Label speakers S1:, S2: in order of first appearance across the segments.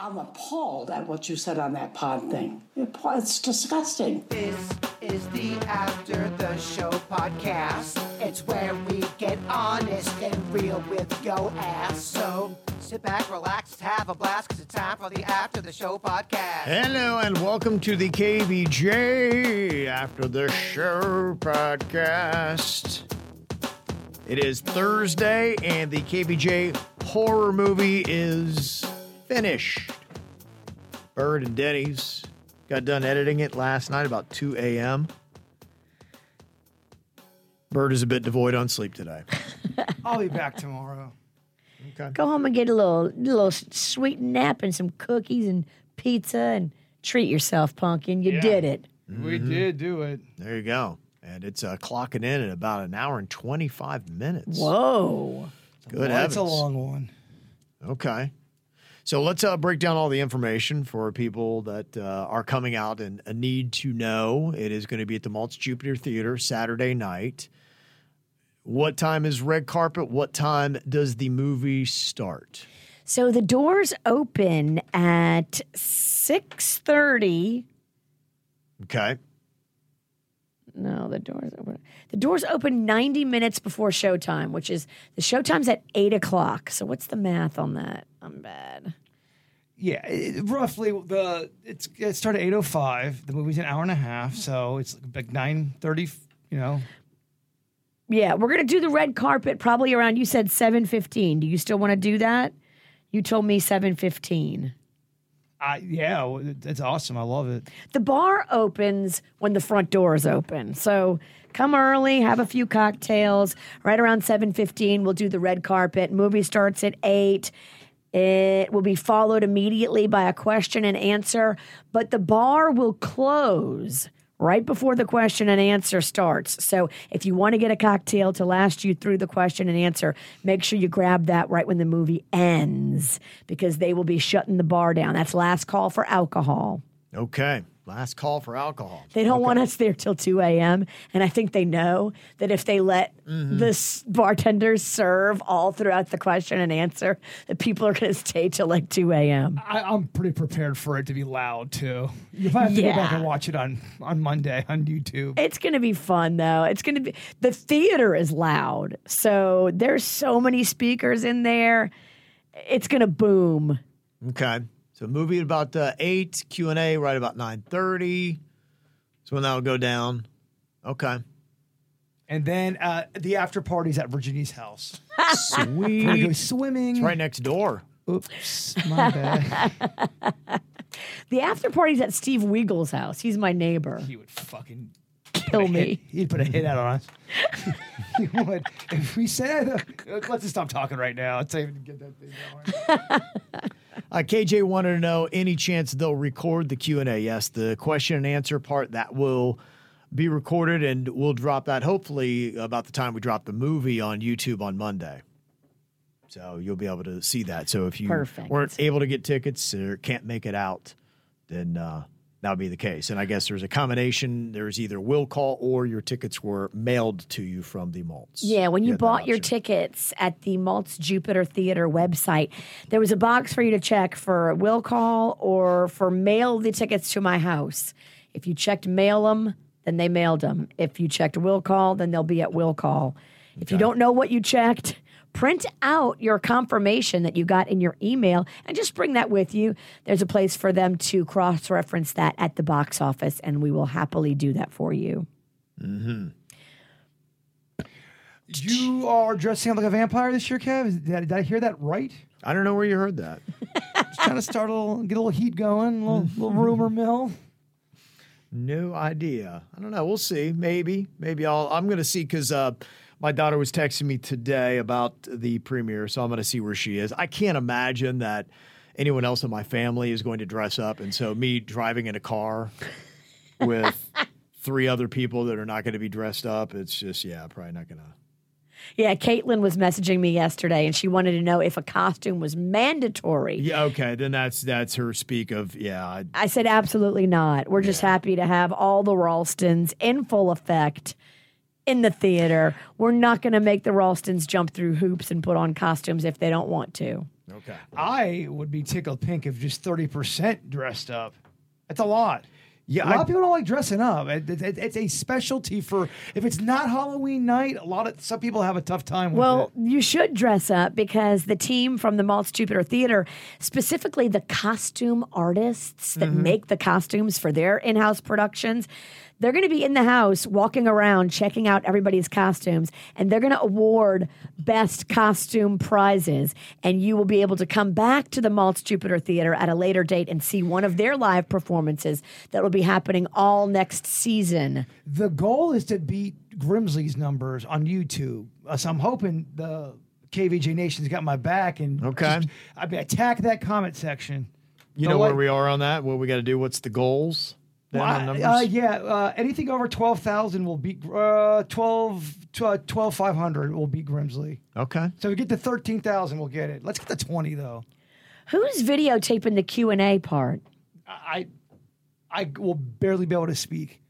S1: I'm appalled at what you said on that pod thing. It's disgusting.
S2: This is the After the Show podcast. It's where we get honest and real with yo ass. So sit back, relax, have a blast, because it's time for the After the Show podcast.
S3: Hello and welcome to the KBJ After the Show podcast. It is Thursday and the KBJ horror movie is finished. Bird and Denny's got done editing it last night about 2 a.m. Bird is a bit devoid on sleep today.
S4: I'll be back tomorrow.
S5: Go home and get a little little sweet nap and some cookies and pizza and treat yourself, pumpkin. You did it.
S4: We
S3: Mm-hmm.
S4: did do it.
S3: There you go. And it's uh, clocking in at about an hour and 25 minutes.
S5: Whoa.
S3: Good
S4: That's
S3: heavens.
S4: a long one.
S3: Okay. So let's uh, break down all the information for people that uh, are coming out and uh, need to know. It is going to be at the Maltz Jupiter Theater Saturday night. What time is red carpet? What time does the movie start?
S5: So the doors open at six thirty.
S3: Okay.
S5: No, the doors open. The doors open ninety minutes before showtime, which is the showtime's at eight o'clock. So what's the math on that? I'm bad.
S4: Yeah, it, roughly the it's it started eight oh five. The movie's an hour and a half, so it's like nine thirty. You know,
S5: Yeah, we're gonna do the red carpet probably around. You said seven fifteen. Do you still want to do that? You told me seven fifteen.
S4: I yeah, w- that's awesome. I love it.
S5: The bar opens when the front door is open. So come early, have a few cocktails. Right around 7:15 we'll do the red carpet. Movie starts at 8. It will be followed immediately by a question and answer, but the bar will close right before the question and answer starts. So if you want to get a cocktail to last you through the question and answer, make sure you grab that right when the movie ends because they will be shutting the bar down. That's last call for alcohol.
S3: Okay. Last call for alcohol.
S5: They don't want us there till 2 a.m. And I think they know that if they let the s bartenders serve all throughout the question and answer, that people are going to stay till like 2 a.m.
S4: I, I'm pretty prepared for it to be loud too. You might have to go back
S5: Yeah.
S4: and watch it on on Monday on YouTube.
S5: It's going to be fun, though. It's going to be, the theater is loud. So there's so many speakers in there. It's going to boom.
S3: Okay. So movie at about uh, 8, Q&A right about 9.30. So when that will go down. Okay.
S4: And then uh, the after party's at Virginia's house. We're gonna go
S3: Sweet.
S4: swimming.
S3: It's right next door.
S4: Oops, my bad.
S5: The after party's at Steve Weagle's house. He's my neighbor.
S4: he would fucking
S5: Kill me.
S4: He'd put a hit out on us. he would. If we said, let's just stop talking right now. Let's even get that thing going.
S3: Uh, KJ wanted to know any chance they'll record the Q and A. Yes, the question and answer part that will be recorded, and we'll drop that hopefully about the time we drop the movie on YouTube on Monday. So you'll be able to see that. So if you
S5: Perfect.
S3: weren't able to get tickets or can't make it out, then uh, that would be the case. And I guess there's a combination. There's either will call or your tickets were mailed to you from the malts.
S5: Yeah, when you
S3: had that
S5: bought your
S3: option.
S5: tickets at the Maltz Jupiter Theater website, there was a box for you to check for will call or for mail the tickets to my house. If you checked mail them, then they mailed them. If you checked will call, then they'll be at will call. If you don't know what you checked, print out your confirmation that you got in your email and just bring that with you. There's a place for them to cross reference that at the box office, and we will happily do that for you.
S4: You are dressing up like a vampire this year, Kev. Is- Did I, did I hear that right?
S3: I don't know where you heard that.
S4: Just trying to start a little, get a little heat going, a little, little rumor mill.
S3: No idea. I don't know. We'll see. Maybe. Maybe I'll. I'm going to see because uh, my daughter was texting me today about the premiere, so I'm going to see where she is. I can't imagine that anyone else in my family is going to dress up, and so me driving in a car with three other people that are not going to be dressed up. It's just yeah, probably not going to.
S5: Yeah, Caitlin was messaging me yesterday, and she wanted to know if a costume was mandatory.
S3: Yeah. Okay. Then that's that's her speak of yeah. I,
S5: I said, absolutely not. We're just happy to have all the Ralstons in full effect in the theater. We're not going to make the Ralstons jump through hoops and put on costumes if they don't want to.
S3: okay.
S4: I would be tickled pink if just 30% dressed up. That's a lot.
S3: Yeah.
S4: a lot
S3: I-
S4: of people don't like dressing up. It- it- it- it's a specialty for if it's not Halloween night. A lot of some people have a tough time. With
S5: Well,
S4: it.
S5: you should dress up because the team from the Maltz Jupiter Theater, specifically the costume artists that make the costumes for their in house productions, they're going to be in the house walking around checking out everybody's costumes and they're going to award best costume prizes. And you will be able to come back to the Maltz Jupiter Theater at a later date and see one of their live performances that will be happening all next season.
S4: the goal is to beat Grimsley's numbers on YouTube. Uh, so I'm hoping the KVJ Nation's got my back and
S3: Okay.
S4: just- I mean, attack that comment section.
S3: You
S4: No,
S3: know
S4: what-
S3: where we are on that. What we got to do? What's the goals? then on
S4: Well,
S3: numbers?
S4: I- uh, yeah, uh, anything over twelve thousand will beat uh, 12, tw- uh, 12,500 will beat Grimsley.
S3: okay.
S4: So we get to thirteen thousand, we'll get it. Let's get to twenty though.
S5: Who's videotaping the Q&A part?
S4: I, I will barely be able to speak.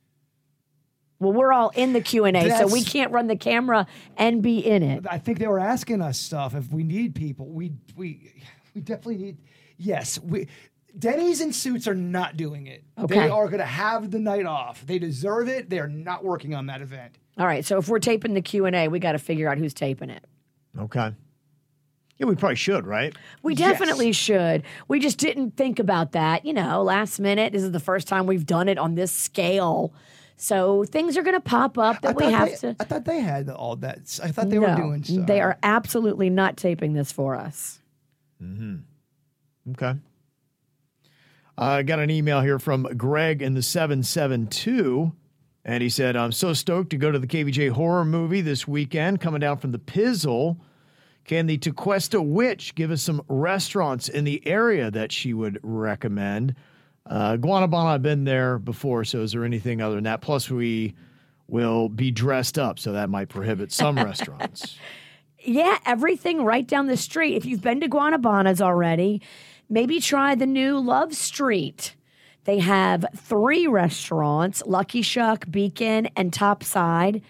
S5: Well, we're all in the Q and A, so
S4: That's-
S5: we can't run the camera and be in it.
S4: I think they were asking us stuff if we need people. We we we definitely need. Yes, we. Denny's and suits are not doing it.
S5: Okay.
S4: They are going to have the night off. They deserve it. They are not working on that event.
S5: All right, so if we're taping the Q and A, we got to figure out who's taping it.
S3: Okay. Yeah, we probably should, right?
S5: We definitely should. We just didn't think about that. You know, last minute. This is the first time we've done it on this scale, so things are going to pop up that we
S4: thought
S5: have
S4: they,
S5: to.
S4: I thought they had all that. s- I thought they were
S5: No,
S4: doing stuff.
S5: They are absolutely not taping this for us.
S3: Okay. I got an email here from Greg in the 772, and he said, I'm so stoked to go to the KVJ horror movie this weekend, coming down from the Pizzle. Can the Tequesta Witch give us some restaurants in the area that she would recommend? Uh, Guanabana, I've been there before, so is there anything other than that? Plus, we will be dressed up, so that might prohibit some restaurants.
S5: Yeah, everything right down the street. If you've been to Guanabana's already, maybe try the new Love Street. They have three restaurants Lucky Shuck, Beacon, and Topside.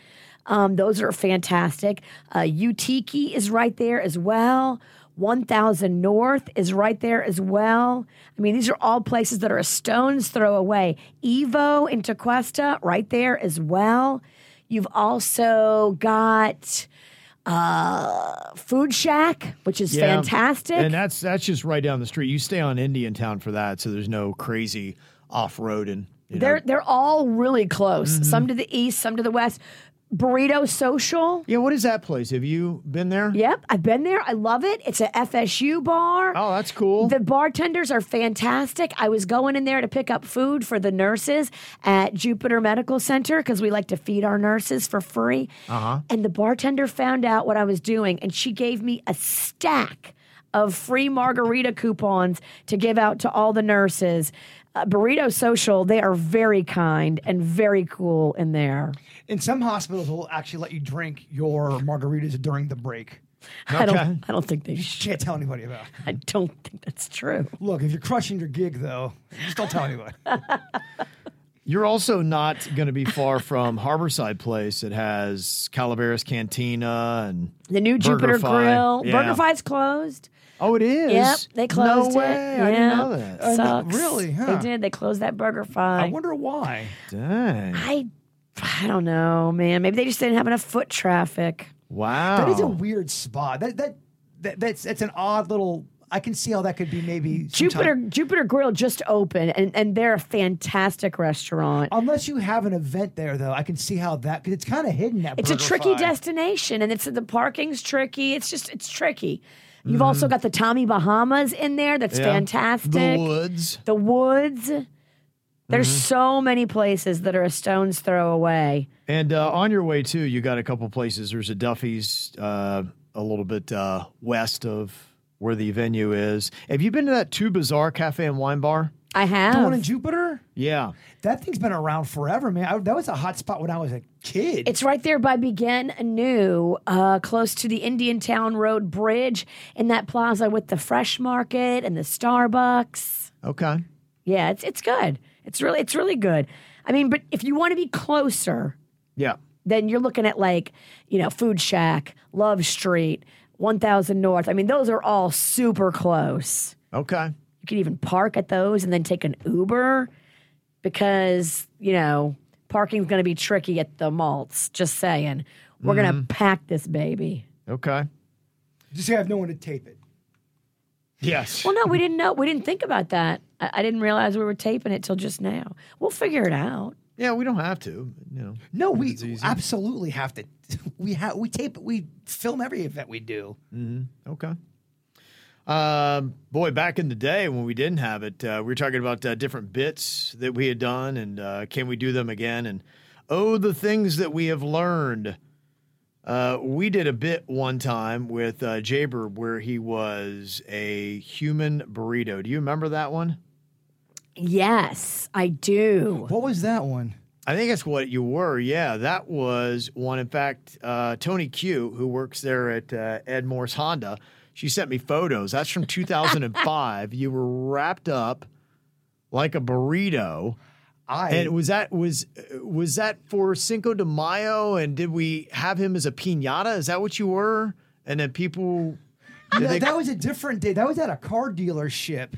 S5: Um, those are fantastic. Uh, Utiki is right there as well. 1000 North is right there as well. I mean, these are all places that are a stone's throw away. Evo in Tequesta, right there as well. You've also got uh, Food Shack, which is
S3: Yeah.
S5: fantastic.
S3: And that's that's just right down the street. You stay on Indian Town for that, so there's no crazy off roading. You know? Mm-hmm.
S5: They're they're all really close. Some to the east, some to the west. Burrito Social.
S3: Yeah, what is that place? Have you been there?
S5: Yep, I've been there. I love it. It's a FSU bar.
S3: Oh, that's cool.
S5: The bartenders are fantastic. I was going in there to pick up food for the nurses at Jupiter Medical Center because we like to feed our nurses for free. Uh-huh. And the bartender found out what I was doing and she gave me a stack of free margarita coupons to give out to all the nurses. Uh, Burrito Social, they are very kind and very cool in there.
S4: And some hospitals will actually let you drink your margaritas during the break.
S5: I
S3: Okay.
S5: don't I don't think they should.
S4: Can't tell anybody about. it.
S5: I don't think that's true.
S4: Look, if you're crushing your gig though, just don't tell anybody.
S3: You're also not going to be far from Harborside Place. It has Calaveras Cantina and
S5: The new Jupiter
S3: Burgerfi.
S5: Grill.
S3: Yeah.
S5: BurgerFi's closed.
S3: oh, it is.
S5: Yep, they closed
S3: No way.
S5: it.
S3: I didn't
S5: Yeah.
S3: know that.
S5: Sucks.
S4: really, huh?
S5: They did. They closed that Burger
S4: I
S5: Fi.
S4: wonder why.
S3: Dang.
S5: I, I don't know, man. Maybe they just didn't have enough foot traffic.
S3: Wow.
S4: That
S5: Oh.
S4: is a weird spot. That that, that that's that's an odd little. I can see how that could be maybe sometime-
S5: Jupiter Jupiter Grill just opened, and, and they're a fantastic restaurant.
S3: Oh,
S4: Unless you have an event there, though, I can see how that. 'cause it's kind of hidden. That
S5: It's a
S4: Burger
S5: tricky
S4: Fi.
S5: destination, and it's the parking's tricky. It's just it's tricky. You've also got the Tommy Bahamas in there. That's
S3: Mm-hmm. Yeah.
S5: fantastic.
S3: The woods.
S5: The woods.
S3: Mm-hmm.
S5: There's so many places that are a stone's throw away.
S3: And uh, on your way too, you got a couple places. There's a Duffy's uh, a little bit uh, west of where the venue is. Have you been to that Two Bazaar Cafe and Wine Bar?
S5: I
S4: The one
S5: have.
S4: in Jupiter.
S3: Yeah.
S4: That thing's been around forever, man. I, that was a hot spot when I was a kid.
S5: It's right there by Begin Anew, uh, close to the Indian Town Road Bridge in that plaza with the fresh market and the Starbucks.
S3: Okay.
S5: Yeah, it's it's good. It's really it's really good. I mean, but if you want to be closer,
S3: Yeah.
S5: then you're looking at like, you know, Food Shack, Love Street, 1000 North. I mean, those are all super close.
S3: Okay.
S5: You can even park at those and then take an Uber because, you know, parking's going to be tricky at the malts. Just saying. We're
S4: Mm-hmm.
S5: going to pack this baby.
S3: Okay.
S4: Just so you have no one to tape it.
S3: Yes.
S5: Well, no, we didn't know. We didn't think about that. I, I didn't realize we were taping it till just now. We'll figure it out.
S3: Yeah, we don't have to. You know.
S4: No, we absolutely have to. We have we tape it. We film every event we do.
S3: Okay. Um, boy, back in the day when we didn't have it, uh, we were talking about uh, different bits that we had done and uh, can we do them again? And oh, the things that we have learned. Uh, we did a bit one time with uh, Jaber where he was a human burrito. Do you remember that one?
S5: Yes, I do.
S4: What was that one?
S3: I think that's what you were. Yeah, that was one. In fact, uh, Tony Q, who works there at uh, Ed Morse Honda, she sent me photos. That's from 2005. you were wrapped up like a burrito.
S4: I
S3: And was that was uh, was that for Cinco de Mayo? And did we have him as a pinata? Is that what you were? And then people, did
S4: No,
S3: they-
S4: that was a different day. That was at a car dealership.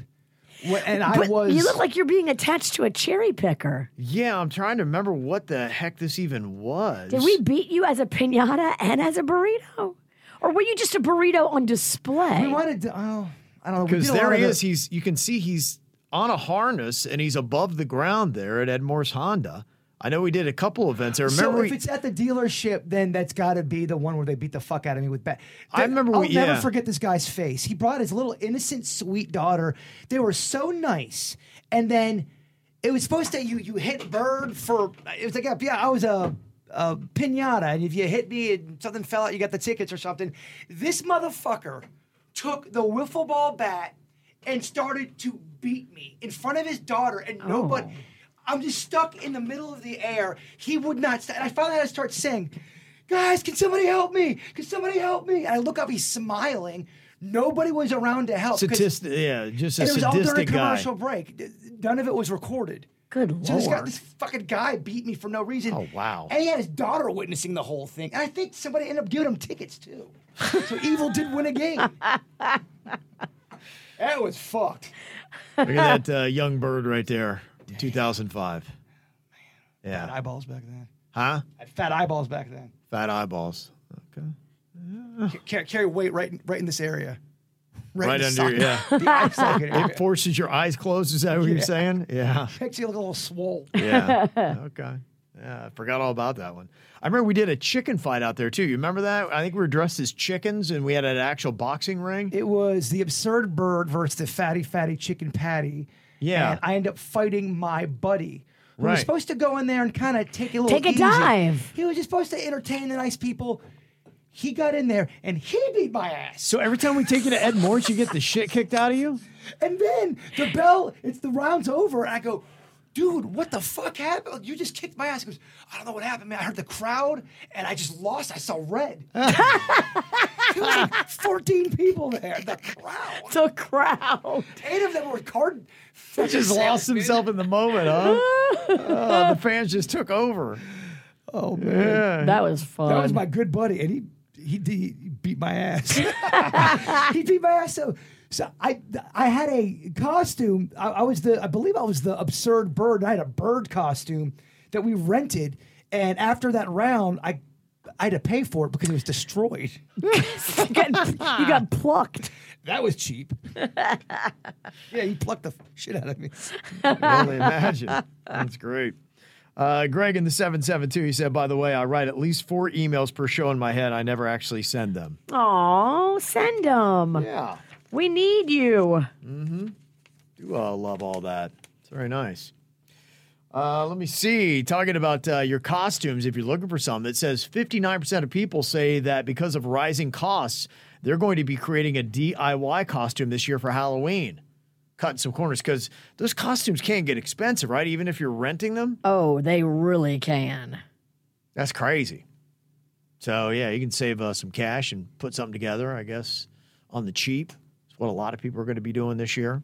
S4: Wh- And I
S5: But
S4: was
S5: You look like you're being attached to a cherry picker.
S3: yeah, I'm trying to remember what the heck this even was.
S5: Did we beat you as a pinata and as a burrito? Or were you just a burrito on display?
S4: we wanted to oh I don't know. we
S3: Because
S4: did a
S3: there
S4: lot
S3: he
S4: of the-
S3: is. He's you can see he's on a harness and he's above the ground there at Ed Morse Honda. I know we did a couple events. I remember.
S4: So
S3: we,
S4: if it's at the dealership, then that's got to be the one where they beat the fuck out of me with bat.
S3: I remember
S4: I'll
S3: we-
S4: never
S3: yeah.
S4: forget this guy's face. He brought his little innocent, sweet daughter. They were so nice, and then it was supposed to you you hit bird for it was like yeah, yeah I was a. A pinata, and if you hit me and something fell out, you got the tickets or something. This motherfucker took the wiffle ball bat and started to beat me in front of his daughter,
S3: Oh.
S4: and nobody. I'm just stuck in the middle of the air. He would not. St- and I finally had to start saying, "Guys, can somebody help me? Can somebody help me?" And I look up. He's smiling. Nobody was around to help. 'cause-
S3: statistic, yeah, just a
S4: and it was all during a
S3: sadistic guy.
S4: commercial break. D- None of it was recorded.
S5: Good
S4: So this guy,
S5: lord.
S4: this fucking guy, beat me for no reason.
S3: Oh, wow.
S4: And he had his daughter witnessing the whole thing. And I think somebody ended up giving him tickets too. so evil did win a game. that was fucked.
S3: Look at that uh, young bird right there, 2005. Yeah,
S4: Eyeballs back then.
S3: huh?
S4: I had fat eyeballs back then.
S3: Fat eyeballs. Okay,
S4: Carry, carry weight right, in- right in this area.
S3: right
S4: in the
S3: under. Yeah,
S4: socket. The eye socket area.
S3: it forces your eyes closed. Is that what you're saying? Yeah.
S4: Makes you look a little swole.
S3: Yeah. okay. Yeah, I forgot all about that one. I remember we did a chicken fight out there too. You remember that? I think we were dressed as chickens and we had an actual boxing ring.
S4: It was the absurd bird versus the fatty, fatty chicken patty.
S3: Yeah.
S4: And I end up fighting my buddy. Who
S3: Right.
S4: was supposed to go in there and kind of take it a little
S5: Take a
S4: easy.
S5: dive.
S4: He was just supposed to entertain the nice people. He got in there and he beat my ass.
S3: So every time we take you to Ed Morse, you get the shit kicked out of you.
S4: And then the bell, it's the round's over. And I go, dude, what the fuck happened? You just kicked my ass. He goes, I don't know what happened, man. I heard the crowd and I just lost. I saw red. There were like 14 people there. The crowd.
S5: the crowd.
S4: Eight of them were card.
S3: Just lost himself in the moment, huh? Uh, the fans just took over.
S4: Oh, man.
S5: That was fun.
S4: That was my good buddy. And he. He, did- he beat my ass. he beat my ass. So, so I I had a costume. I, I was the I believe I was the absurd bird. I had a bird costume that we rented. And after that round, I I had to pay for it because it was destroyed.
S5: you got- you got plucked.
S4: That was cheap. yeah, you plucked the shit out of me.
S3: can only imagine. That's great. Uh, Greg in the 772, he said, by the way, I write at least four emails per show in my head. I never actually send them.
S5: Oh, send them.
S3: Yeah.
S5: We need you.
S3: Do uh, love all that. It's very nice. Uh, let me see. Talking about uh, your costumes, if you're looking for some, it says 59% of people say that because of rising costs, they're going to be creating a DIY costume this year for Halloween. Cutting some corners because those costumes can get expensive, right? Even if you're renting them.
S5: Oh, they really can.
S3: That's crazy. So yeah, you can save uh, some cash and put something together, I guess, on the cheap. It's what a lot of people are going to be doing this year.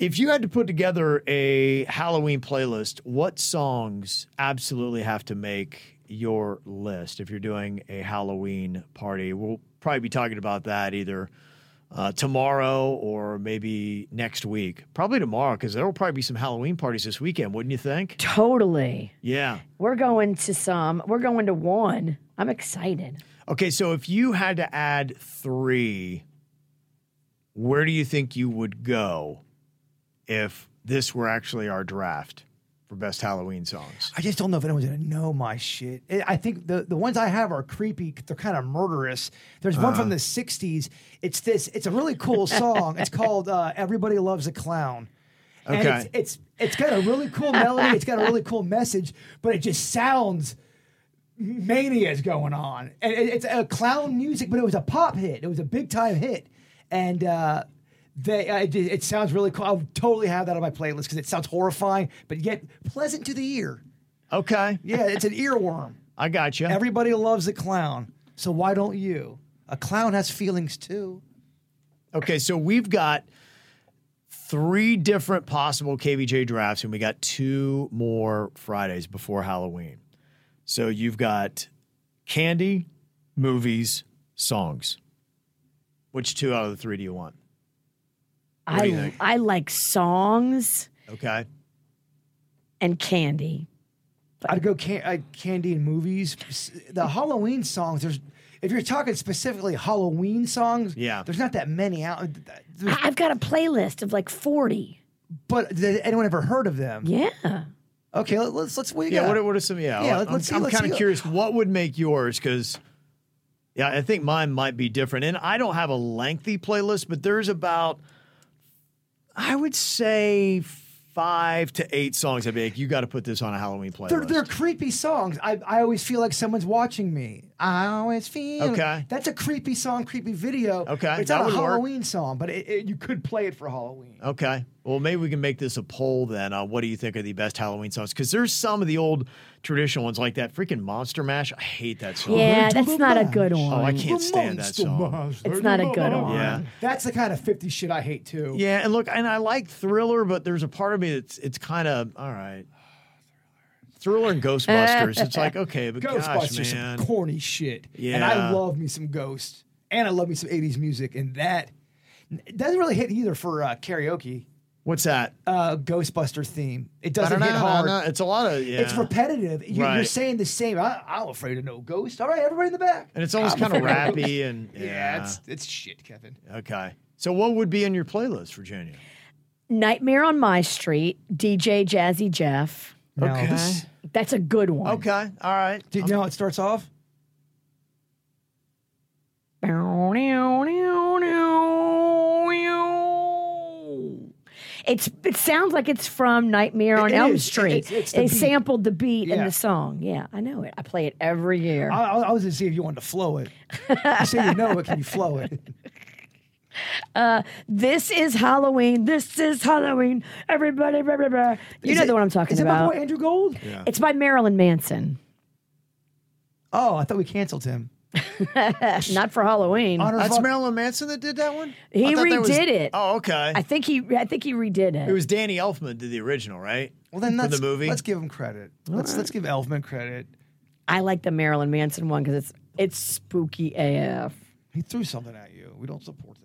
S3: If you had to put together a Halloween playlist, what songs absolutely have to make your list if you're doing a Halloween party? We'll probably be talking about that either uh, tomorrow or maybe next week. Probably tomorrow because there will probably be some Halloween parties this weekend, wouldn't you think?
S5: Totally.
S3: Yeah.
S5: We're going to some. We're going to one. I'm excited.
S3: Okay, so if you had to add three, where do you think you would go if this were actually our draft for best Halloween songs?
S4: I just don't know if anyone's gonna know my shit. I- I think the, the ones I have are creepy. They're kind of murderous. There's one from the '60s. It's this. It's a really cool song. It's called uh, "Everybody Loves a Clown." And
S3: Okay.
S4: it's, it's it's got a really cool melody. It's got a really cool message, but it just sounds mania's going on. And it- it's a clown music, but it was a pop hit. It was a big time hit, and uh, they uh, it, it sounds really cool. I would totally have that on my playlist because it sounds horrifying, but yet pleasant to the ear.
S3: Okay,
S4: Yeah, it's an earworm.
S3: I got you.
S4: Everybody loves a clown, so why don't you? A clown has feelings too.
S3: okay, so we've got three different possible KBJ drafts, and we got two more Fridays before Halloween. So you've got candy, movies, songs. Which two out of the three do you want?
S5: I
S3: do you think?
S5: I like songs
S3: Okay.
S5: and candy.
S4: I'd go can- uh, candy and movies. S- The Halloween songs. There's if you're talking specifically Halloween songs.
S3: Yeah.
S4: there's not that many out. there's-
S5: I- I've got a playlist of like 40.
S4: But did anyone ever heard of them?
S5: Yeah.
S4: Okay, let- let's let's what do you
S3: Yeah,
S4: got?
S3: What, are- what are some? Yeah,
S4: Yeah,
S3: I'm-
S4: let- let's see,
S3: I'm,
S4: let's
S3: kind
S4: see.
S3: of curious what would make yours because, yeah, I think mine might be different. And I don't have a lengthy playlist, but there's about, I would say, five to eight songs. I'd be like, you got to put this on a Halloween playlist.
S4: They're, they're creepy songs. I, I always feel like someone's watching me. I always feel.
S3: Okay.
S4: That's a creepy song, creepy video.
S3: Okay,
S4: It's
S3: that
S4: not a
S3: would work.
S4: Halloween song, but it, it, you could play it for Halloween.
S3: Okay. Well, maybe we can make this a poll then. On what do you think are the best Halloween songs? Because there's some of the old traditional ones like that freaking Monster Mash. I hate that song.
S5: Yeah, that's not a good one.
S3: Oh, I can't stand that
S4: Monster
S3: song.
S4: Monster.
S5: It's not a good one.
S3: Yeah.
S4: That's the kind of 50 shit I hate too.
S3: Yeah, and look, and I like thriller, but there's a part of me that's it's kind of all right. Thriller and Ghostbusters. it's like okay, but gosh,
S4: Ghostbusters,
S3: man,
S4: some corny shit. And
S3: Yeah.
S4: I love me some ghosts. And I love me some 80s music. And that it doesn't really hit either for uh, karaoke.
S3: what's that?
S4: Uh, Ghostbuster theme. It
S3: I don't
S4: doesn't
S3: know.
S4: hit hard.
S3: It's a lot of yeah,
S4: It's repetitive. You, You're
S3: Right.
S4: saying the same. I, I'm afraid of no ghost. All right, everybody in the back.
S3: and it's always kind of rappy and yeah.
S4: yeah, it's it's shit, Kevin.
S3: okay. So what would be in your playlist, Virginia?
S5: Nightmare on My Street, DJ Jazzy Jeff.
S3: Okay.
S4: this-
S5: That's a good one.
S3: Okay, all right.
S4: Do you know how it starts off?
S5: It's it sounds like it's from Nightmare on
S4: It
S5: Elm
S4: is.
S5: Street.
S4: It's- it's the
S5: they
S4: beat.
S5: sampled the beat in
S4: Yeah. Uh,
S5: the song. Yeah, I know it. I play it every year.
S4: I, I I was gonna see if you wanted to flow it. You say you know it. Can you flow it?
S5: this is Halloween. This is Halloween. Everybody, blah, blah, blah. you
S4: Is
S5: know
S4: it-
S5: the one I'm talking
S4: Is it
S5: about.
S4: my boy Andrew Gold?
S5: It's by Marilyn Manson.
S4: Oh, I thought we canceled him.
S5: Not for Halloween.
S4: Honor
S3: That's
S4: Vaughn-
S3: Marilyn Manson that did that one.
S5: He
S3: I thought that was-
S5: redid it.
S3: Oh, okay.
S5: I think he I think he redid
S3: it
S5: it.
S3: was Danny Elfman did the original, right?
S4: Well, then
S3: For
S4: let's,
S3: the movie.
S4: let's give him credit. Let's let's give Elfman credit.
S5: I like the Marilyn Manson one because it's it's spooky AF.
S4: He threw something at you. We don't support this.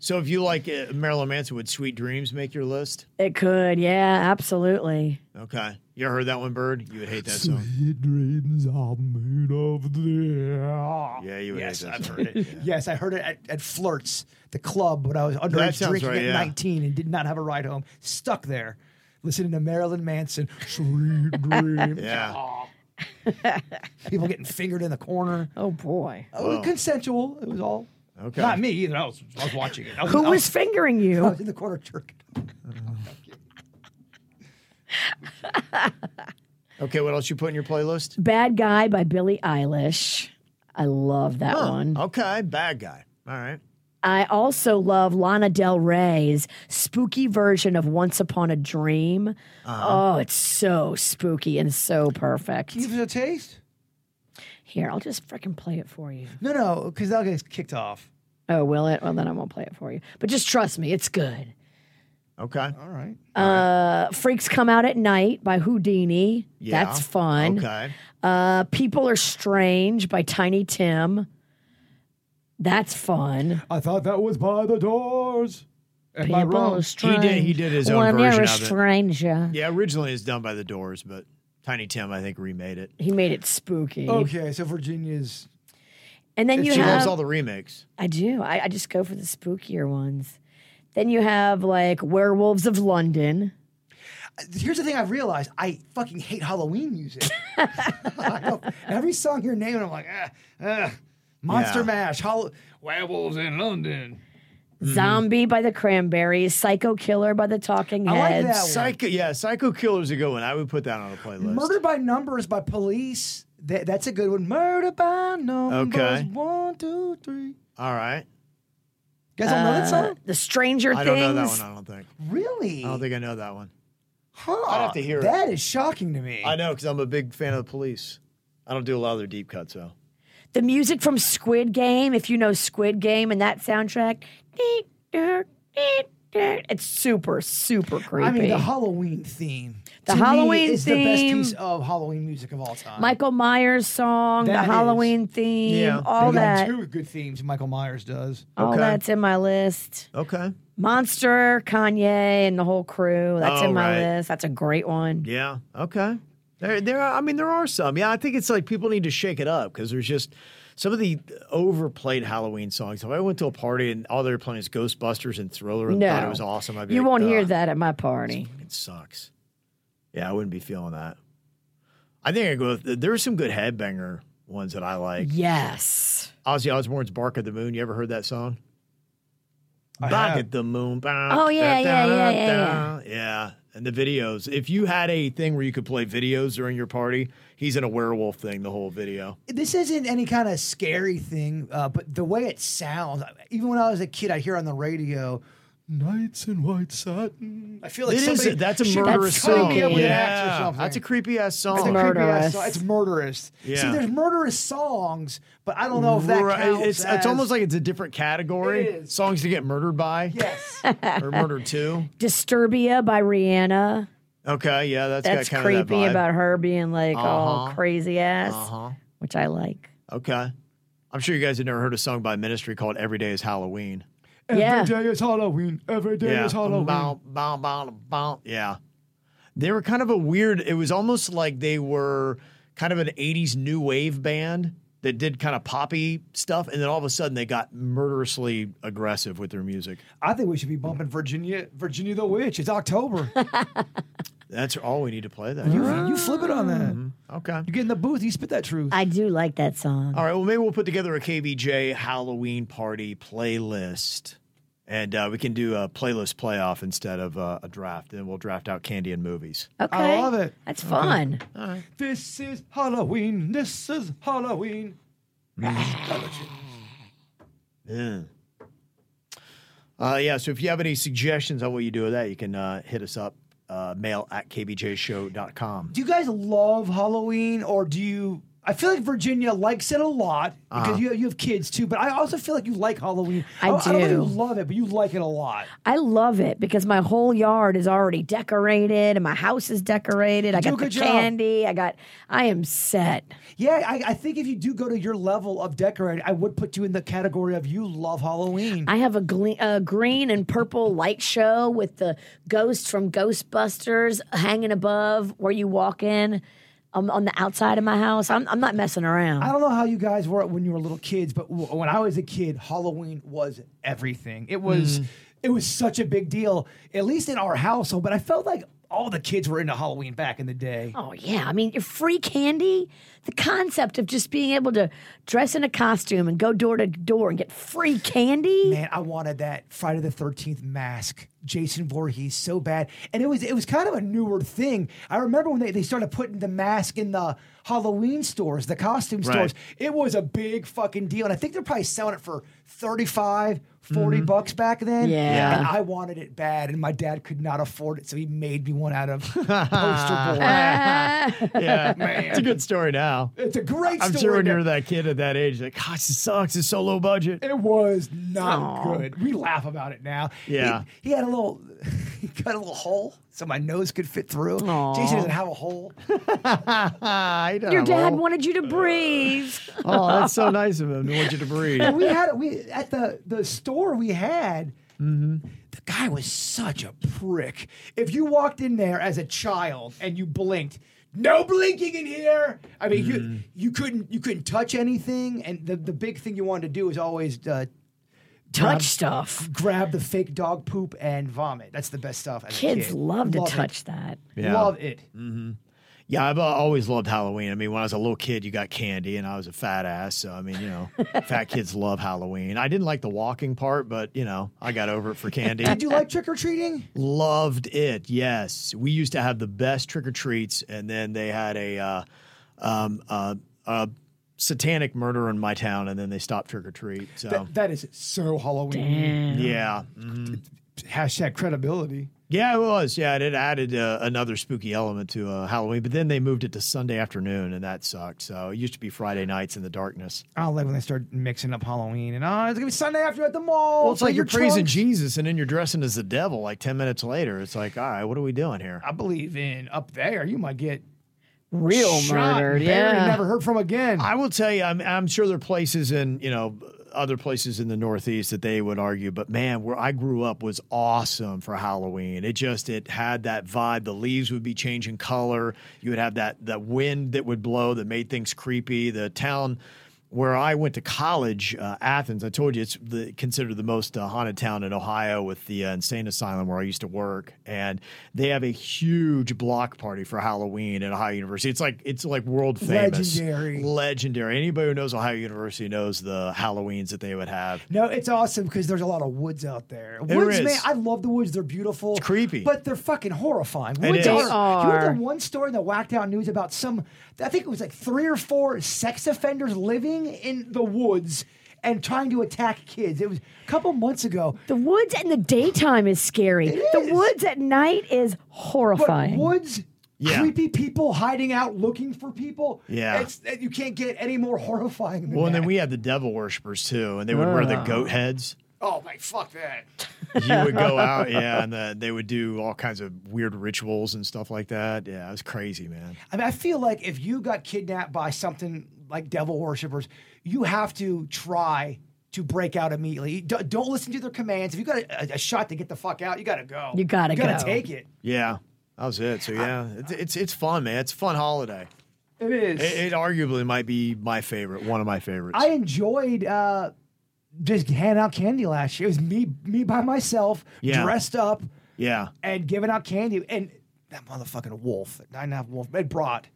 S3: So if you like uh, Marilyn Manson, would Sweet Dreams make your list?
S5: It could, yeah, absolutely.
S3: Okay. You ever heard that one, Bird? You would hate that song.
S4: dreams are made of the
S3: Yeah, you would
S4: Yes,
S3: hate that
S4: I've
S3: song.
S4: heard it. Yes, I heard it at, at Flirts, the club when I was underage
S3: sounds
S4: drinking
S3: right,
S4: at
S3: yeah.
S4: 19 and did not have a ride home. Stuck there, listening to Marilyn Manson. Sweet dreams.
S3: Yeah.
S4: People getting fingered in the corner.
S5: Oh boy.
S4: It was consensual. It was all.
S3: Okay.
S4: Not me either. I was, I was watching it. I was,
S5: Who
S3: Oh.
S4: I
S5: was fingering
S4: I
S5: you?
S4: was in the corner jerking.
S3: Okay, what else you put in your playlist?
S5: Bad Guy by Billie Eilish. I love that
S3: Huh,
S5: one.
S3: Okay, bad guy. All right.
S5: I also love Lana Del Rey's spooky version of Once Upon a Dream.
S3: Uh-huh.
S5: Oh, it's so spooky and so perfect.
S4: Give it a taste?
S5: Here, I'll just freaking play it for you.
S4: No, no, because that'll get us kicked off.
S5: Oh, will it? Well, then I won't play it for you. But just trust me, it's good.
S3: Okay.
S4: All right.
S5: Uh, Freaks Come Out at Night by Houdini.
S3: Yeah.
S5: That's fun.
S3: Okay.
S5: Uh, People Are Strange by Tiny Tim. That's fun.
S4: I thought that was by the doors. Am I
S5: People
S4: wrong?
S5: are strange.
S3: he did his own
S5: when
S3: version
S5: you're a
S3: of it.
S5: stranger.
S3: Yeah, originally it's done by the Doors, but Tiny Tim I think remade it.
S5: He made it spooky.
S4: Okay, so Virginia's.
S5: And
S3: Oh,
S5: then
S3: And
S5: you
S3: she
S5: have
S3: loves all the remakes.
S5: I do. I, I just go for the spookier ones. Then you have like Werewolves of London.
S4: Uh, Here's the thing I've realized: I fucking hate Halloween music. I don't- every song you're naming, I'm like, ah, ah, Monster
S3: Yeah.
S4: Mash, Hall- Werewolves in London.
S3: Mm-hmm.
S5: Zombie by the Cranberries, Psycho Killer by the Talking
S4: I like
S5: Heads.
S4: that one.
S3: Psycho yeah, Psycho Killer's a good one. I would put that on a playlist.
S4: Murder by Numbers by Police. That, that's a good one. Murder by Numbers.
S3: Okay.
S4: One, two, three. You
S3: All right.
S4: guys don't know that
S5: Uh,
S4: song?
S5: the Stranger
S3: I
S5: Things.
S3: don't know that one, I don't think.
S4: Really?
S3: I don't think I know that one.
S4: Huh.
S3: I'd have to hear it.
S4: That is shocking to me.
S3: I know because I'm a big fan of the police. I don't do a lot of their deep cuts though.
S5: The music from Squid Game, if you know Squid Game and that soundtrack. Deet, dirt, deet, dirt. It's super, super creepy.
S4: I mean, the Halloween theme.
S5: The
S4: to me,
S5: Halloween
S4: is the best
S5: theme-
S4: piece of Halloween music of all time.
S5: Michael Myers song, the
S4: That is-
S5: Halloween theme,
S3: Yeah.
S5: all
S4: He had
S5: that.
S4: two good themes. Michael Myers does.
S5: All
S3: Okay.
S5: that's in my list.
S3: Okay.
S5: Monster, Kanye, and the whole crew. That's
S3: Oh,
S5: in my
S3: right.
S5: list. That's a great one.
S3: Yeah. Okay. There, there. Are, I mean, there are some. Yeah, I think it's like people need to shake it up because there's just some of the overplayed Halloween songs. If I went to a party and all they were playing is Ghostbusters and Thriller and
S5: No,
S3: thought it was awesome, I'd be
S5: you
S3: like,
S5: won't hear
S3: "Ugh,
S5: that at my party.
S3: It sucks. Yeah, I wouldn't be feeling that. I think I go. With, there are some good headbanger ones that I like.
S5: Yes.
S3: Ozzy Osbourne's "Bark at the Moon." You ever heard that song?
S4: I
S3: Back
S4: have.
S3: at the moon.
S5: Oh, yeah, yeah, yeah, yeah, yeah.
S3: Yeah, and the videos. If you had a thing where you could play videos during your party, he's in a werewolf thing the whole video.
S4: This isn't any kind of scary thing, uh, but the way it sounds, even when I was a kid, I hear on the radio, "Nights in White Satin." I feel like
S3: It is.
S4: somebody
S3: That's a
S4: should
S3: murderous
S4: cover
S3: song.
S4: me up with an axe or
S3: yeah,
S4: something.
S3: that's a creepy ass
S4: It's a
S3: song.
S5: That's
S4: creepy
S5: Murderous.
S4: ass song. It's murderous. See,
S3: Yeah.
S4: there's murderous songs, but I don't know if that
S3: Right,
S4: counts.
S3: It's,
S4: as-
S3: it's almost like it's a different category.
S4: It is.
S3: Songs to get murdered by
S4: yes.
S3: or murdered to.
S5: Disturbia by Rihanna.
S3: Okay, yeah,
S5: That's
S3: that's got kind of that
S5: creepy
S3: vibe.
S5: about her being like all
S3: Uh-huh.
S5: crazy ass,
S3: Uh-huh.
S5: which I like.
S3: Okay, I'm sure you guys have never heard a song by Ministry called "Every Day Is Halloween."
S5: Yeah.
S4: Every day is Halloween. Every day
S3: yeah.
S4: is Halloween.
S3: Bow, bow, bow, bow. Yeah. They were kind of a weird, it was almost like they were kind of an 80s new wave band, that did kind of poppy stuff, and then all of a sudden they got murderously aggressive with their music.
S4: I think we should be bumping Virginia, Virginia the Witch. It's October.
S3: That's all we need to play. That
S4: you, you flip it on that.
S3: Okay.
S4: You get in the booth. You spit that truth.
S5: I do like that song.
S4: Oh,
S3: All right. Well, maybe we'll put together a KBJ Halloween party playlist, and uh, we can do a playlist playoff instead of uh, a draft. Then we'll draft out candy and movies.
S5: Okay.
S4: I love it.
S5: That's fun.
S4: This is Halloween. This is Halloween.
S3: Yeah. Mm. Uh, yeah. So if you have any suggestions on what you do with that, you can uh, hit us up uh, mail at kbjshow.com.
S4: Do you guys love Halloween or do you? I feel like Virginia likes it a lot because you, you have kids too, but I also feel like you like Halloween.
S5: Uh-huh. I
S4: don't- I don't know
S5: do.
S4: if you love it, but you like it a lot.
S5: I love it because my whole yard is already decorated and my house is decorated. I
S4: do a
S5: got the
S4: good job.
S5: candy. I got I am set.
S4: Yeah, I, I think if you do go to your level of decorating, I would put you in the category of you love Halloween.
S5: I have a, gle- a green and purple light show with the ghost from Ghostbusters hanging above where you walk in um, on the outside of my house. I'm, I'm not messing around.
S4: I don't know how you guys were when you were little kids, but w- when I was a kid, Halloween was everything. It was it was such a big deal, at least in our household. But I felt like all the kids were into Halloween back in the day.
S5: Oh yeah, I mean, your free candy, the concept of just being able to dress in a costume and go door to door and get free candy.
S4: Man, I wanted that Friday the Thirteenth mask, Jason Voorhees, so bad. And it was it was kind of a newer thing. I remember when they, they started putting the mask in the Halloween stores, the costume stores. It was a big fucking deal, and I think they're probably selling it for 35 40
S3: Mm-hmm.
S4: bucks back then.
S5: Yeah.
S4: And I wanted it bad, and my dad could not afford it, so he made me one out of poster board.
S3: yeah, man. It's a good story now.
S4: It's a great
S3: I'm
S4: story.
S3: sure when
S4: but
S3: you're that kid at that age, like, gosh, it sucks. It's so low budget.
S4: It was not good. We laugh about it now.
S3: Yeah.
S4: He, he had a little, he cut a little hole so my nose could fit through. Jason doesn't have a hole.
S3: I don't
S5: Your
S3: know.
S5: dad wanted you to breathe.
S3: Oh, that's so nice of him. to want you to breathe.
S4: And we had, we at the, the store we had, the guy was such a prick. If you walked in there as a child and you blinked, no blinking in here. I mean,
S5: Mm.
S4: you you couldn't you couldn't touch anything, and the, the big thing you wanted to do is always uh,
S5: Touch stuff.
S4: grab the fake dog poop and vomit. That's the best stuff. as a
S5: Kids
S4: kid.
S5: love to
S4: Love it.
S5: touch that.
S3: Yeah.
S4: Love it.
S3: Yeah, I've uh, always loved Halloween. I mean, when I was a little kid, you got candy, and I was a fat ass. So, I mean, you know, fat kids love Halloween. I didn't like the walking part, but, you know, I got over it for candy.
S4: Did you like trick or treating?
S3: Loved it. Yes, we used to have the best trick or treats, and then they had a uh, um, uh, a satanic murder in my town, and then they stopped trick or treat. So
S4: that is so Halloween.
S3: yeah, Mhm.
S4: Hashtag credibility.
S3: yeah, it was. Yeah, it added uh, another spooky element to uh, Halloween, but then they moved it to Sunday afternoon, and that sucked. So it used to be Friday nights in the darkness.
S4: I don't like when they start mixing up Halloween and oh, it's gonna be Sunday after at the mall.
S3: Well, it's
S4: Bring
S3: like you're
S4: your
S3: praising
S4: trunks.
S3: Jesus, and then you're dressing as the devil. Like ten minutes later, it's like, all right, what are we doing here?
S4: I believe in up there. You might get
S5: Real
S4: shot,
S5: murder.
S4: and buried and
S5: Yeah.
S4: never heard from again.
S3: I will tell you, I'm, I'm sure there are places in, you know, other places in the Northeast that they would argue, but man, where I grew up was awesome for Halloween. It just, it had that vibe. The leaves would be changing color. You would have that, that wind that would blow that made things creepy. The town where I went to college, uh, Athens, I told you it's the, considered the most uh, haunted town in Ohio with the uh, insane asylum where I used to work. And they have a huge block party for Halloween at Ohio University. It's like, it's like world famous
S4: Legendary.
S3: legendary. Anybody who knows Ohio University knows the Halloweens that they would have.
S4: no, it's awesome because there's a lot of woods out there.
S3: There
S4: woods,
S3: is.
S4: man, I love the woods. They're beautiful. It's
S3: creepy.
S4: But they're fucking horrifying.
S3: It
S4: Woods
S3: is.
S4: are,
S3: They
S4: You
S5: are.
S4: heard the one story in the whacked out news about some I think it was like three or four sex offenders living in the woods and trying to attack kids. It was a couple months ago.
S5: The woods in the daytime is scary. The
S4: is.
S5: woods at night is
S4: But
S5: horrifying.
S4: woods,
S3: Yeah.
S4: creepy people hiding out looking for people.
S3: Yeah.
S4: it's, it- you can't get any more horrifying. Than
S3: Well, and
S4: that.
S3: then we had the devil worshippers too, and they would wear
S5: Ah.
S3: the goat heads.
S4: oh my fuck that.
S3: You would go out, yeah, and the, they would do all kinds of weird rituals and stuff like that. Yeah, it was crazy, man.
S4: I mean, I feel like if you got kidnapped by something like devil worshippers, you have to try to break out immediately. D- don't listen to their commands. If you got a, a shot to get the fuck out, you gotta go.
S5: You gotta
S4: you gotta
S5: go.
S4: take it.
S3: Yeah, that was it. So yeah, it's it's, it's fun, man. It's a fun holiday.
S4: It is.
S3: It, it arguably might be my favorite, one of my favorites.
S4: I enjoyed uh, just handing out candy last year. It was me, me by myself,
S3: Yeah.
S4: dressed up,
S3: yeah.
S4: and giving out candy. And that motherfucking wolf, that nine and a half wolf, it brought,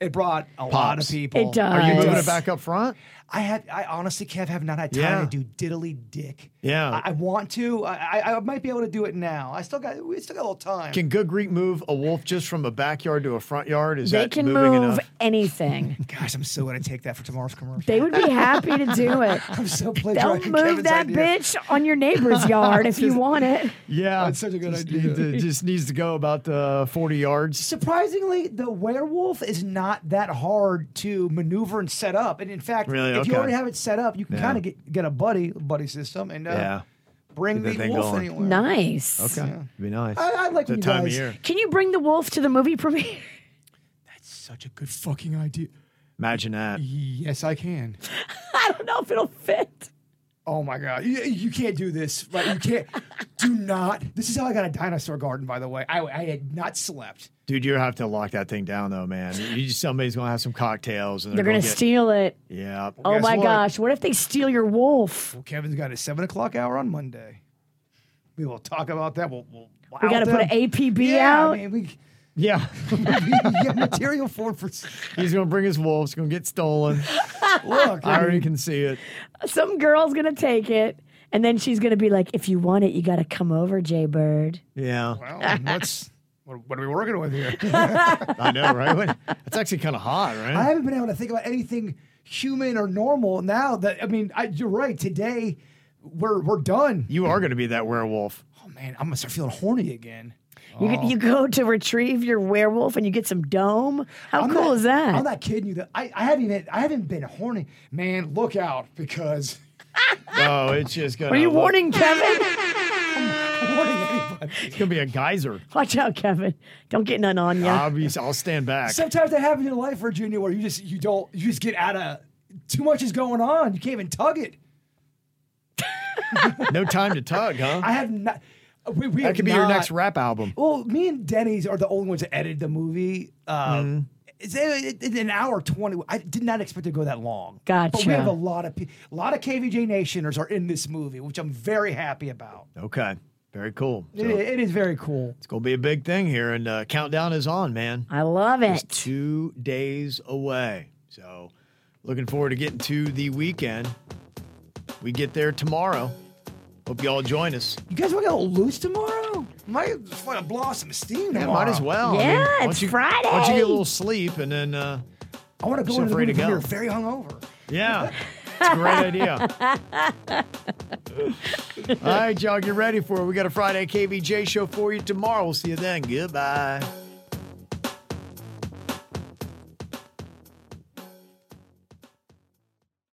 S4: it brought a lot of
S3: Pops.
S4: people.
S5: It does.
S3: Are you moving
S5: Uh, Yes.
S3: it back up front?
S4: I had, I honestly, Kev, have not had time
S3: Yeah.
S4: to do diddly dick.
S3: Yeah.
S4: I, I want to. I, I, I might be able to do it now. I still got, we still got a little time.
S3: Can Good Greek move a wolf just from a backyard to a front yard? Is
S5: They
S3: that
S5: can
S3: moving
S5: move
S3: enough?
S5: anything.
S4: Gosh, I'm so gonna take that for tomorrow's commercial.
S5: They would be happy to do it.
S4: I'm so
S5: They'll
S4: plagiarizing
S5: move
S4: Kevin's
S5: that
S4: idea.
S5: bitch on your neighbor's yard if you want it.
S3: Yeah,
S4: That's such a good
S3: just
S4: idea.
S3: need to- just needs to go about uh, forty yards.
S4: Surprisingly, the werewolf is not that hard to maneuver and set up. And in fact,
S3: Really?
S4: if you
S3: Okay.
S4: already have it set up, you can
S3: Yeah.
S4: kind of get, get a buddy buddy system and uh,
S3: Yeah,
S4: bring
S3: Get that
S4: the
S3: thing
S4: wolf
S3: going.
S4: anywhere.
S5: Nice.
S3: okay, It'd be nice.
S4: I, I like
S3: the
S4: when you
S3: time
S4: guys.
S3: of year.
S5: Can you bring the wolf to the movie premiere?
S4: Such a good fucking idea.
S3: Imagine that.
S4: Yes, I can.
S5: I don't know if it'll fit.
S4: Oh my god, you, you can't do this. Like you can't. do not. This is how I got a dinosaur garden. By the way, I, I had not slept.
S3: Dude, you have to lock that thing down though, man. You just, somebody's gonna have some cocktails and
S5: They're
S3: they're,
S5: going to
S3: gonna, get,
S5: steal it.
S3: Yeah.
S5: Oh
S3: Guess
S5: my
S3: what?
S5: gosh. What if they steal your wolf?
S4: Well, Kevin's got his seven o'clock hour on Monday. We will talk about that. We'll. we'll
S5: We got to put an APB
S4: yeah,
S5: out.
S4: I mean, we,
S3: Yeah,
S4: we got material for for.
S3: he's gonna bring his wolves. Gonna get stolen.
S4: Look,
S3: I already can see it.
S5: Some girl's going to take it. And then she's going to be like, if you want it, you got to come over, Jay Bird.
S3: Yeah,
S4: well, what's what, what are we working with here?
S3: I know, right? What- That's actually kind of hot, right?
S4: I haven't been able to think about anything human or normal now. That I mean, I, you're right. Today, we're we're done.
S3: you are gonna be that werewolf.
S4: Oh man, I'm gonna start feeling horny again.
S5: You,
S4: Oh.
S5: g- you go to retrieve your werewolf and you get some dome. How
S4: I'm
S5: cool
S4: not-
S5: is that?
S4: I'm not kidding you. That I, I haven't even I haven't been horny. Man, look out because
S3: Oh, it's just gonna.
S5: Are you
S3: look-
S5: warning Kevin?
S4: horny anybody.
S3: It's gonna be a geyser.
S5: Watch out, Kevin. Don't get none on you.
S3: I'll be. I'll stand back.
S4: Sometimes that happens in life, Virginia, where you just you don't you just get out of too much is going on. You can't even tug it.
S3: No time to tug, huh?
S4: I have not. We, we
S3: That
S4: have
S3: could be your
S4: not-
S3: next rap album.
S4: Well, me and Denny's are the only ones that edited the movie.
S3: Mm-hmm.
S4: Um, it's, it- it- an hour twenty. I did not expect it to go that long. But
S5: Gotcha.
S4: we have a lot of pe- a lot of KVJ Nationers are in this movie, which I'm very happy about.
S3: Okay, very cool. So
S4: It- it is very cool.
S3: it's gonna be a big thing here, and uh, countdown is on, man.
S5: I love
S3: Just
S5: it.
S3: two days away. So, looking forward to getting to the weekend. We get there tomorrow. Hope you all join us.
S4: You guys want to get a little loose tomorrow? Might just want to blow off some steam.
S3: Yeah,
S4: tomorrow.
S3: might as well.
S5: Yeah, it's
S3: once you,
S5: Friday.
S3: Once you get a little sleep, and then uh,
S4: I want to go
S3: So
S4: into the
S3: free to
S4: movie
S3: go.
S4: premiere very hungover.
S3: yeah, it's a great idea. all right, y'all, get ready for it. We got a Friday KVJ show for you tomorrow. We'll see you then. Goodbye.